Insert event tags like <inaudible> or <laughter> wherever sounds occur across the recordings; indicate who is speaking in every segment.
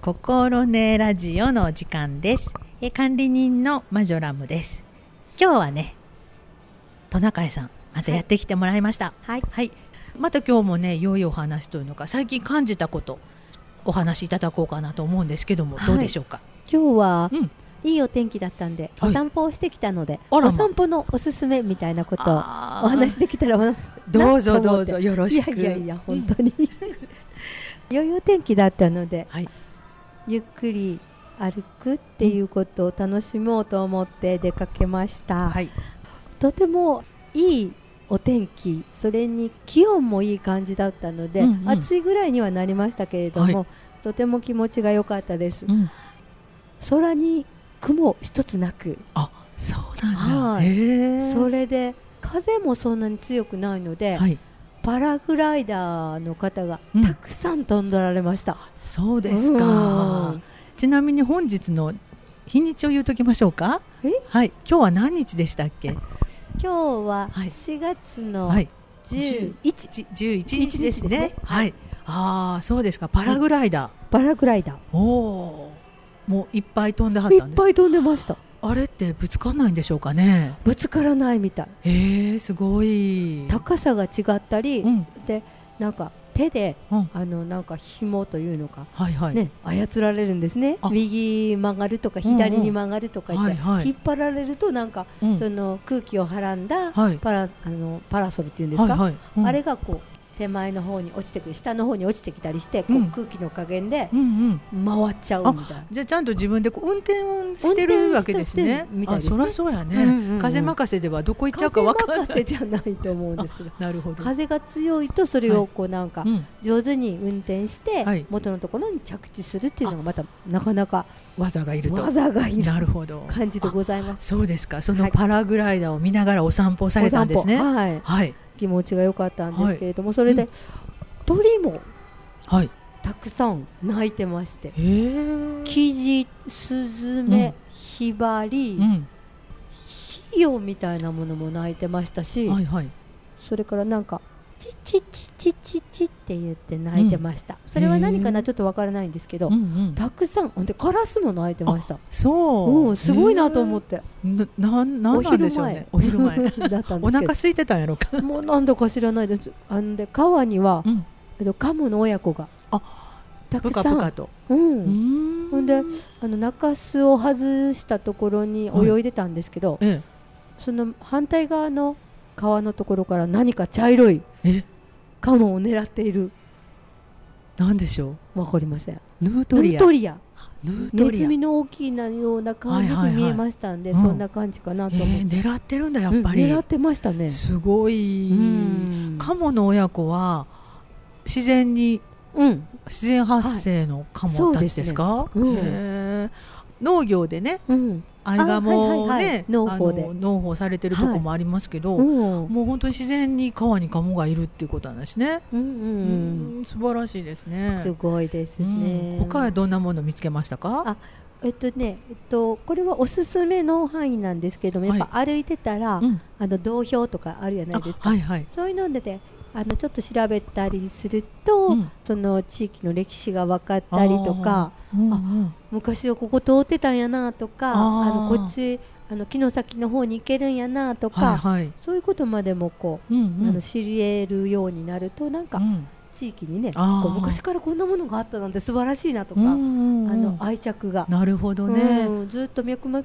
Speaker 1: 心根ラジオの時間です。えー管理人のマジョラムです。今日はね、トナカイさん、またやってきてもらいました。
Speaker 2: はい
Speaker 1: はい。また今日もね、良いお話というのか、最近感じたこと、お話しいただこうかなと思うんですけども、
Speaker 2: はい
Speaker 1: どうでしょうか。
Speaker 2: 今日は、
Speaker 1: うん
Speaker 2: いいお天気だったんで、
Speaker 1: はい
Speaker 2: お散歩をしてききたので、
Speaker 1: あらま
Speaker 2: お散歩のおすすめみたいなことを
Speaker 1: あー
Speaker 2: お話しできたらな
Speaker 1: <laughs> どう
Speaker 2: な
Speaker 1: ぞ
Speaker 2: と
Speaker 1: ど
Speaker 2: 思
Speaker 1: う
Speaker 2: って
Speaker 1: ぞよろ
Speaker 2: い
Speaker 1: し
Speaker 2: や
Speaker 1: く。
Speaker 2: いやいや本当に <laughs> 良いお天気だったので、
Speaker 1: はい
Speaker 2: ゆっくり歩くっていうことを楽しもうと思って出かけました、
Speaker 1: はい。
Speaker 2: とてもいいお天気それに気温もいい感じだったので、
Speaker 1: うんうん
Speaker 2: 暑いぐらいにはなりましたけれども、
Speaker 1: は
Speaker 2: とても気持ちが良かったです、
Speaker 1: うん。
Speaker 2: 空に雲一つなく
Speaker 1: あ、そうなん
Speaker 2: は
Speaker 1: だ。
Speaker 2: い
Speaker 1: へえ
Speaker 2: それで風もそんなに強くないので、
Speaker 1: はい。
Speaker 2: パラグライダーの方が
Speaker 1: うん
Speaker 2: たくさん飛んでられました、
Speaker 1: そうですか
Speaker 2: うん。
Speaker 1: ちなみに本日の日にちを言うときましょうか
Speaker 2: え。
Speaker 1: はい。今日は何日でしたっけ？
Speaker 2: 今日は
Speaker 1: はい
Speaker 2: 4月の
Speaker 1: はい。
Speaker 2: 11、
Speaker 1: 十一日ですね
Speaker 2: 11ですね。
Speaker 1: はい。ああ、そうですか。パラグライダー。
Speaker 2: パラグライダ
Speaker 1: おおー。もういっぱい飛んではっ
Speaker 2: ーい
Speaker 1: たん
Speaker 2: っ
Speaker 1: です。
Speaker 2: ぱい飛んでました
Speaker 1: あれってぶつかんないんでしょうかね。
Speaker 2: ぶつからないみたい
Speaker 1: ええ、すごい。
Speaker 2: 高さが違ったり、
Speaker 1: うん。
Speaker 2: でなんか手で
Speaker 1: うん。
Speaker 2: あのなんか紐というのか、
Speaker 1: はいはい。
Speaker 2: ね、操られるんですね
Speaker 1: あ
Speaker 2: 右曲がるとか左に曲がるとか言って、
Speaker 1: うんうんはいはい
Speaker 2: 引っ張られるとなんか、
Speaker 1: うん。
Speaker 2: その空気をはらんだ
Speaker 1: はい。
Speaker 2: パラあのパラソルっていうんですか、
Speaker 1: はいはい。うん
Speaker 2: あれ。がこう手前の方に落ちてくる下の方に落ちてきたりして、
Speaker 1: うん
Speaker 2: こう空気の加減で
Speaker 1: うんうん。
Speaker 2: 回っちゃうみたいな。
Speaker 1: じゃあちゃんと自分でこう運転をしてるわけですね
Speaker 2: 運転してる。みたいですね
Speaker 1: あ、そらそうやね。
Speaker 2: うんうんうん
Speaker 1: 風任せではどこ行っちゃうか
Speaker 2: 風
Speaker 1: わからない。
Speaker 2: 任せじゃないと思うんですけど
Speaker 1: なるほど。
Speaker 2: 風が強いとそれをこうなんか
Speaker 1: うん、
Speaker 2: 上手に運転して
Speaker 1: はい
Speaker 2: 元のところに着地するっていうのがまたなかなか
Speaker 1: 技がいると。
Speaker 2: 技がいる
Speaker 1: なるほど。
Speaker 2: 感じでございます。
Speaker 1: そうですか。そ
Speaker 2: は
Speaker 1: の
Speaker 2: い
Speaker 1: パラグライダーを見ながらお散歩をされたんです
Speaker 2: お
Speaker 1: ね。
Speaker 2: 散歩はい、
Speaker 1: はい
Speaker 2: 気持ちが良かったんですけれども、それ
Speaker 1: う
Speaker 2: で鳥も
Speaker 1: はい。
Speaker 2: たくさん鳴いてまして、
Speaker 1: へえ。
Speaker 2: キジ、スズ
Speaker 1: うん
Speaker 2: メ、ヒバリ、
Speaker 1: うん。
Speaker 2: ヒヨみたいなものも鳴いてましたし、
Speaker 1: はいはい。
Speaker 2: それからなんかチッチッチッチッチッチッって言って鳴いてました、それは何か
Speaker 1: へー
Speaker 2: なちょっとわからないんですけど、
Speaker 1: うんうん。
Speaker 2: たくさんほんでカラスも鳴いてました
Speaker 1: そう。
Speaker 2: うんすごいなと思って、
Speaker 1: へえ。ななんなんなんでしょうね。お昼
Speaker 2: <laughs>
Speaker 1: 前。
Speaker 2: だったん
Speaker 1: お
Speaker 2: ですけ
Speaker 1: 腹
Speaker 2: ど
Speaker 1: 空いてたんやろうか。
Speaker 2: もうなんだか知らないですあので川には、
Speaker 1: うん。
Speaker 2: えっと、カモの親子が
Speaker 1: あ、
Speaker 2: た
Speaker 1: ぷ
Speaker 2: くさ
Speaker 1: か
Speaker 2: ん
Speaker 1: ぷかと。
Speaker 2: うん
Speaker 1: うーん
Speaker 2: ほんであの中州を外したところに
Speaker 1: はい
Speaker 2: 泳いでたんですけど、
Speaker 1: え
Speaker 2: その反対側の川のところから何か茶色い
Speaker 1: え、え、
Speaker 2: カモを狙っている
Speaker 1: なんでしょう。
Speaker 2: わかりません
Speaker 1: ヌート
Speaker 2: ヌ
Speaker 1: リ
Speaker 2: ー
Speaker 1: ア。
Speaker 2: トリア
Speaker 1: ヌート
Speaker 2: ネ
Speaker 1: リ
Speaker 2: ズ
Speaker 1: ア。
Speaker 2: ミの大きいなような感じ
Speaker 1: はいはいは
Speaker 2: に
Speaker 1: い
Speaker 2: 見えましたんで、
Speaker 1: うん
Speaker 2: そんな感じかな
Speaker 1: え
Speaker 2: と思って、
Speaker 1: ー狙ってるんだやっ
Speaker 2: うん
Speaker 1: ぱり。
Speaker 2: 狙ってましたね
Speaker 1: すごい。
Speaker 2: うん
Speaker 1: カモの親子は自然に
Speaker 2: うん
Speaker 1: 自然発生のカモたちですか、
Speaker 2: そうですねうん
Speaker 1: へー農業でね
Speaker 2: うん
Speaker 1: アイガモをね、
Speaker 2: はいはいはい農法で
Speaker 1: あの農法されてるとこもありますけど、
Speaker 2: うんうん
Speaker 1: もう本当に自然に川にカモがいるっていうことなんですね、
Speaker 2: う
Speaker 1: うんん素晴らしいです
Speaker 2: うん
Speaker 1: ね
Speaker 2: すごいです
Speaker 1: うん
Speaker 2: ね、
Speaker 1: 他はどんなもの見つけましたか
Speaker 2: あえっとね、えっと、これはおすすめの範囲なんですけども、
Speaker 1: はい
Speaker 2: やっぱ歩いてたら、
Speaker 1: うん
Speaker 2: あの道標とかあるじゃないですか、
Speaker 1: はいはい、
Speaker 2: そういうのでね、あのちょっと調べたりすると、
Speaker 1: うん
Speaker 2: その地域の歴史が分かったりとか
Speaker 1: うん
Speaker 2: あ
Speaker 1: うん
Speaker 2: 昔はここ通ってたんやなとか
Speaker 1: あ
Speaker 2: あ
Speaker 1: ー
Speaker 2: のこっちあの木の先の方に行けるんやなとか、
Speaker 1: はいはい
Speaker 2: そういうことまでもこ
Speaker 1: うん
Speaker 2: う、あの知り得るようになるとなんか
Speaker 1: うん
Speaker 2: 地域にね、
Speaker 1: あー
Speaker 2: こう昔からこんなものがあったなんて素晴らしいなとか、
Speaker 1: うんうんうん
Speaker 2: あの愛着が
Speaker 1: なるほどね、
Speaker 2: うん、ずっと脈々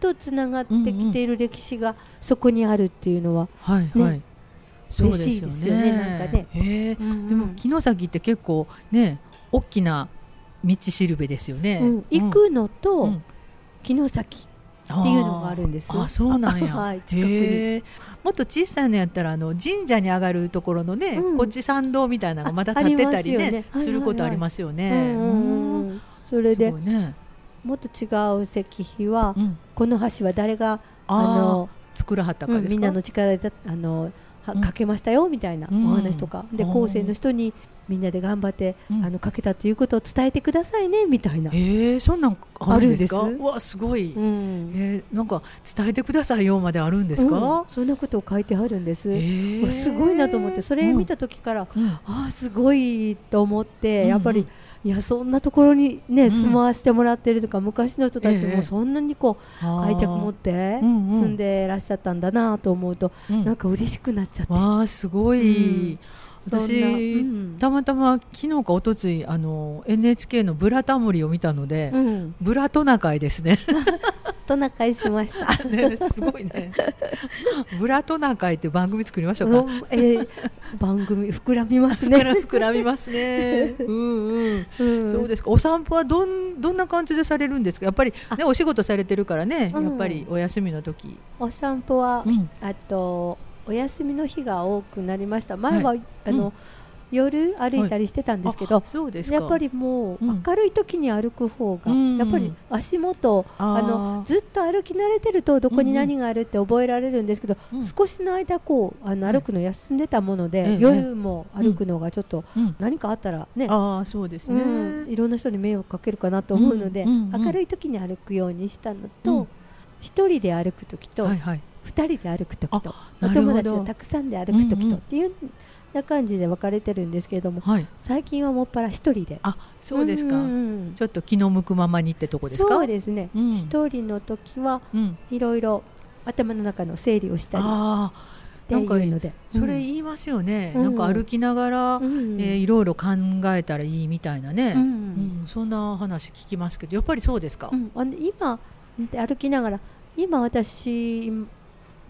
Speaker 2: とつながってきている歴史がそこにあるっていうのは、
Speaker 1: はいはい、そう
Speaker 2: 嬉しいですよねなんかね
Speaker 1: へえでも木の先って結構ね大きな道しるべですよね、
Speaker 2: うん行くのと、
Speaker 1: うん
Speaker 2: 城崎
Speaker 1: っ
Speaker 2: っていうのがあるんです
Speaker 1: あーあそうなんや
Speaker 2: <laughs> はい近くに
Speaker 1: へえもっと小さいのやったらあの神社に上がるところのね、
Speaker 2: うん
Speaker 1: こっち参道みたいなのがまだ
Speaker 2: ああ
Speaker 1: 立っ
Speaker 2: り
Speaker 1: て
Speaker 2: ま
Speaker 1: た
Speaker 2: す
Speaker 1: り
Speaker 2: よ
Speaker 1: ね
Speaker 2: ねはい
Speaker 1: することありますよね、
Speaker 2: うんうん
Speaker 1: うん
Speaker 2: うんそれです
Speaker 1: ごいね、
Speaker 2: もっと違う石碑は、
Speaker 1: うん、
Speaker 2: この橋は誰が
Speaker 1: あ
Speaker 2: あ
Speaker 1: の
Speaker 2: の、
Speaker 1: 作らはったかで
Speaker 2: う
Speaker 1: す
Speaker 2: ん
Speaker 1: か
Speaker 2: みんなの力であのは
Speaker 1: うん
Speaker 2: かけましたよみたいな
Speaker 1: うん
Speaker 2: お話とか、で
Speaker 1: うん
Speaker 2: 後世の人にみんなで頑張って、
Speaker 1: うん
Speaker 2: あのかけたということを伝えてくださいねみたいな、
Speaker 1: ええそんなんあるんですか
Speaker 2: あるんです
Speaker 1: うわすごい、
Speaker 2: うん
Speaker 1: えーなんか伝えてくださいよまであるんですか
Speaker 2: うん、そんなことを書いてあるんです、
Speaker 1: えー
Speaker 2: わすごいなと思ってそれ見、た時から、
Speaker 1: うんうん
Speaker 2: ああすごいと思っ
Speaker 1: う
Speaker 2: て、
Speaker 1: ん
Speaker 2: やっぱりいやそんなところに
Speaker 1: う
Speaker 2: ね、
Speaker 1: ん
Speaker 2: 住まわしてもらってるとか昔の人たち
Speaker 1: ええ
Speaker 2: もそんなにこう、
Speaker 1: あー
Speaker 2: 愛着持って
Speaker 1: うんうん
Speaker 2: 住んでらっしゃったんだなと思うと、
Speaker 1: うん
Speaker 2: なんか嬉しくなっちゃって、
Speaker 1: わあすごい、
Speaker 2: うんそんな
Speaker 1: 私、
Speaker 2: うん
Speaker 1: たまたま昨日かおとついあの NHK の「ブラタモリ」を見たので、
Speaker 2: うん、
Speaker 1: ブラトナ会ですね <laughs>
Speaker 2: トナカイしました。
Speaker 1: ねすごいねブラトナ会っていう番組作りまし
Speaker 2: う
Speaker 1: たか
Speaker 2: んえー番組膨らみます
Speaker 1: 膨ら
Speaker 2: ね。
Speaker 1: 膨らみます
Speaker 2: <laughs>
Speaker 1: ねうんうん
Speaker 2: うん
Speaker 1: そうですかお散歩はどんどんな感じでされるんですかやっぱりねお仕事されてるからね、
Speaker 2: うん
Speaker 1: やっぱりお休みの時、
Speaker 2: お散歩は、
Speaker 1: うん
Speaker 2: あとお休みの日が多くなりました。前は、
Speaker 1: は
Speaker 2: あの、
Speaker 1: うん
Speaker 2: 夜歩いたりしてたんですけど
Speaker 1: あ、そうですか
Speaker 2: やっぱりもう
Speaker 1: うん
Speaker 2: 明るい時に歩く方が、
Speaker 1: うん
Speaker 2: やっぱり足元
Speaker 1: あ
Speaker 2: あのずっと歩き慣れてるとどこに何があるって覚えられるんですけど、
Speaker 1: うん
Speaker 2: 少しの間こうあの
Speaker 1: はい
Speaker 2: 歩くの休んでたもので、
Speaker 1: ええ
Speaker 2: 夜も歩くのがちょっと
Speaker 1: うん
Speaker 2: 何かあったらね、
Speaker 1: あーそうです
Speaker 2: う
Speaker 1: ね、
Speaker 2: ん、いろんな人に迷惑かけるかなと思うので、
Speaker 1: うんうんうん
Speaker 2: 明るい時に歩くようにしたの
Speaker 1: うん
Speaker 2: と、一人で歩く時と
Speaker 1: はいはい
Speaker 2: 二人で歩く時とお
Speaker 1: なるほど
Speaker 2: 友達とたくさんで歩く時
Speaker 1: うんう
Speaker 2: と
Speaker 1: ん
Speaker 2: っていうような感じで分かれてるんですけれども
Speaker 1: はい
Speaker 2: 最近はもっぱら一人で
Speaker 1: あそうですか、
Speaker 2: んんうん
Speaker 1: ちょっと気の向くままにってとこですか
Speaker 2: そうですね
Speaker 1: うん
Speaker 2: 一、人の時は
Speaker 1: うん、
Speaker 2: いろいろ頭の中の整理をしたりっ
Speaker 1: あ
Speaker 2: ていうので
Speaker 1: ーそれ言いますよね、
Speaker 2: うん
Speaker 1: なんか歩きながら、
Speaker 2: うん
Speaker 1: えーいろいろ考えたらいいみたいなね、
Speaker 2: うん
Speaker 1: うんそんな話聞きますけどやっぱりそうですか、
Speaker 2: うんあの今歩きながら今私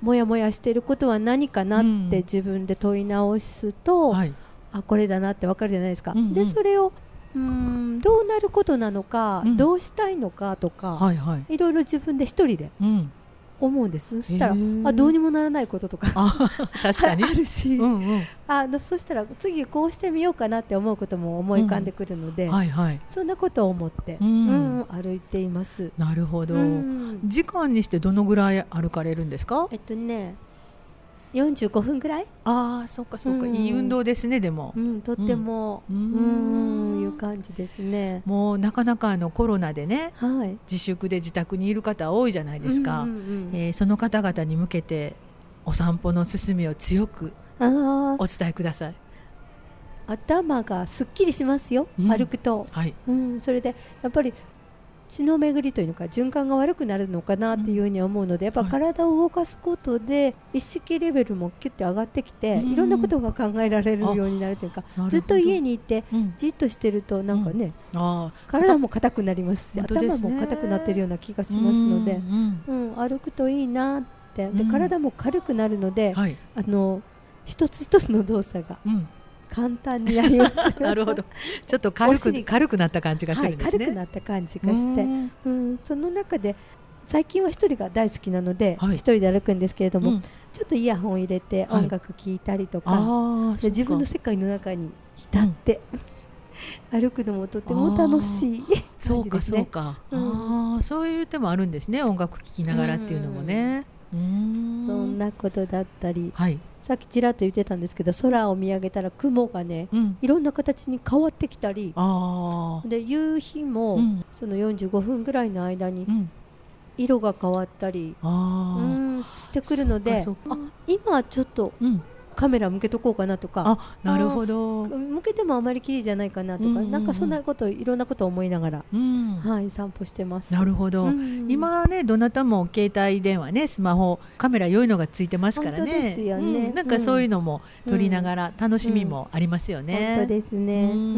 Speaker 2: もやもやしてることは何かな
Speaker 1: うん
Speaker 2: って自分で問い直すと、
Speaker 1: はい、
Speaker 2: あこれだなってわかるじゃないですか、
Speaker 1: うんうん
Speaker 2: でそれをうーんどうなることなのか、
Speaker 1: うん
Speaker 2: どうしたいのかとか、
Speaker 1: はいはい
Speaker 2: いろいろ自分で一人で
Speaker 1: うん
Speaker 2: 思うんですそしたら
Speaker 1: へー
Speaker 2: あどうにもならないこととか
Speaker 1: あ <laughs> 確かに
Speaker 2: <laughs> あるし、
Speaker 1: うんうん
Speaker 2: あのそしたら次こうしてみようかなって思うことも思い浮かんでくるので、
Speaker 1: はいはい
Speaker 2: そんなことを思って、
Speaker 1: う
Speaker 2: うんん歩いています。
Speaker 1: なるほど、
Speaker 2: うん
Speaker 1: 時間にしてどのぐらい歩かれるんですか
Speaker 2: えっとね45分ぐらい、
Speaker 1: ああそうかそうか、
Speaker 2: うん
Speaker 1: いい運動ですねでも
Speaker 2: う、ん、とっても、
Speaker 1: う
Speaker 2: うんん、
Speaker 1: うーん
Speaker 2: いう感じですね。
Speaker 1: もうなかなかあのコロナでね
Speaker 2: はい
Speaker 1: 自粛で自宅にいる方多いじゃないですか、
Speaker 2: うんうんうん
Speaker 1: えーその方々に向けてお散歩の勧めを強く
Speaker 2: あー
Speaker 1: お伝えください。
Speaker 2: 頭がすっきりしますよ、
Speaker 1: うん
Speaker 2: 歩くと、
Speaker 1: はい。
Speaker 2: うん、それでやっぱり血の巡りというのか循環が悪くなるのかなっていうふうに思うのでやっぱ
Speaker 1: はい
Speaker 2: 体を動かすことで意識レベルもキュッて上がってきて、
Speaker 1: うん
Speaker 2: いろんなことが考えられるようになるというかずっと家にいて
Speaker 1: うん、
Speaker 2: じっとしてるとなんかね、
Speaker 1: ああ
Speaker 2: 体も硬くなりますし
Speaker 1: 本当ですね
Speaker 2: 頭も硬くなってるような気がしますので
Speaker 1: うん、うん
Speaker 2: うん、歩くといいなって
Speaker 1: う
Speaker 2: で
Speaker 1: ん
Speaker 2: 体も軽くなるので、
Speaker 1: はい。
Speaker 2: あの一つ一つの動作が
Speaker 1: うん。。
Speaker 2: 簡単になります
Speaker 1: <laughs> なるほ
Speaker 2: <laughs>
Speaker 1: ど。ちょっと軽
Speaker 2: お
Speaker 1: く
Speaker 2: 尻
Speaker 1: 軽くなった感じがす
Speaker 2: は
Speaker 1: る
Speaker 2: い、
Speaker 1: んです
Speaker 2: 軽
Speaker 1: ね。
Speaker 2: くなった感じがして、
Speaker 1: うん
Speaker 2: うん、その中で最近は一人が大好きなので一、
Speaker 1: はい
Speaker 2: 人で歩くんですけれども、
Speaker 1: うん
Speaker 2: ちょっとイヤホン入れて
Speaker 1: はい
Speaker 2: 音楽聴いたりとか、
Speaker 1: ああ。
Speaker 2: で自分の
Speaker 1: そ
Speaker 2: 世界の中に浸って、歩くのもとても楽しい感
Speaker 1: う
Speaker 2: じ
Speaker 1: か
Speaker 2: で
Speaker 1: そ
Speaker 2: す
Speaker 1: う
Speaker 2: ね。
Speaker 1: か。
Speaker 2: うん
Speaker 1: ああそういう手もあるんですね。音楽聴きながらっていうのもね。うん。
Speaker 2: <laughs> そん。なことだったり
Speaker 1: はい。
Speaker 2: さっきちらっと言ってたんですけど空を見上げたら雲がね
Speaker 1: うん。
Speaker 2: いろんな形に変わってきたり
Speaker 1: ああ。
Speaker 2: で夕日も、
Speaker 1: うん。
Speaker 2: その45分ぐらいの間に
Speaker 1: うん。
Speaker 2: 色が変わったり、
Speaker 1: ああ。
Speaker 2: うん、してくるので
Speaker 1: そうかそうか
Speaker 2: あ今ちょっと
Speaker 1: うん。
Speaker 2: カメラ向けとこうかなとか
Speaker 1: あなるほど。
Speaker 2: 向けてもあまり綺麗じゃないかなとか、
Speaker 1: うんうんうん
Speaker 2: なんかそんなこといろんなことを思いながら、
Speaker 1: うん。
Speaker 2: はい散歩してます。
Speaker 1: なるほど。
Speaker 2: うん
Speaker 1: 今はねどなたも携帯電話ねスマホカメラ良いのがついてますからね
Speaker 2: 本当ですよね
Speaker 1: うんなんかそういうのも撮りながら楽しみもありますよね、
Speaker 2: 本当ですね。
Speaker 1: うん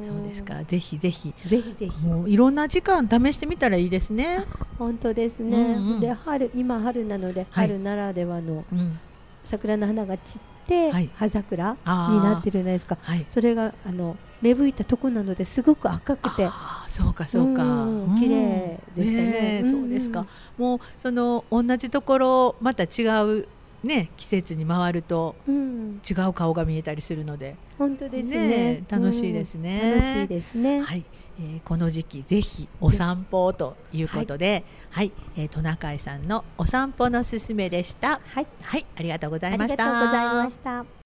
Speaker 2: うん
Speaker 1: そうです。かぜひぜひ
Speaker 2: ぜひぜひ。
Speaker 1: もういろんな時間試してみたらいいですね、
Speaker 2: 本当ですね。
Speaker 1: うんうん
Speaker 2: で春今春なので、春ならではの
Speaker 1: うん、
Speaker 2: 桜の花が散って、
Speaker 1: はい
Speaker 2: 葉桜に
Speaker 1: あー
Speaker 2: なってるじゃないですか。
Speaker 1: はい
Speaker 2: それがあの芽吹いたとこなのですごく赤くて。
Speaker 1: あーそうかそうか、
Speaker 2: うん
Speaker 1: うん
Speaker 2: 綺麗でしたね
Speaker 1: え
Speaker 2: うん
Speaker 1: そうですかもうその同じところまた違うね季節に回ると
Speaker 2: うん、
Speaker 1: 違う顔が見えたりするので
Speaker 2: 本当ですね
Speaker 1: ね楽しいですね
Speaker 2: うん楽しいですね。
Speaker 1: はい、えーこの時期ぜひお散歩をということで、はい、えートナカイさんのお散歩のすすめでした。
Speaker 2: はい、
Speaker 1: はい、ありがとうござ
Speaker 2: あ
Speaker 1: い
Speaker 2: り
Speaker 1: ま
Speaker 2: が
Speaker 1: し
Speaker 2: とう
Speaker 1: た。
Speaker 2: ございました。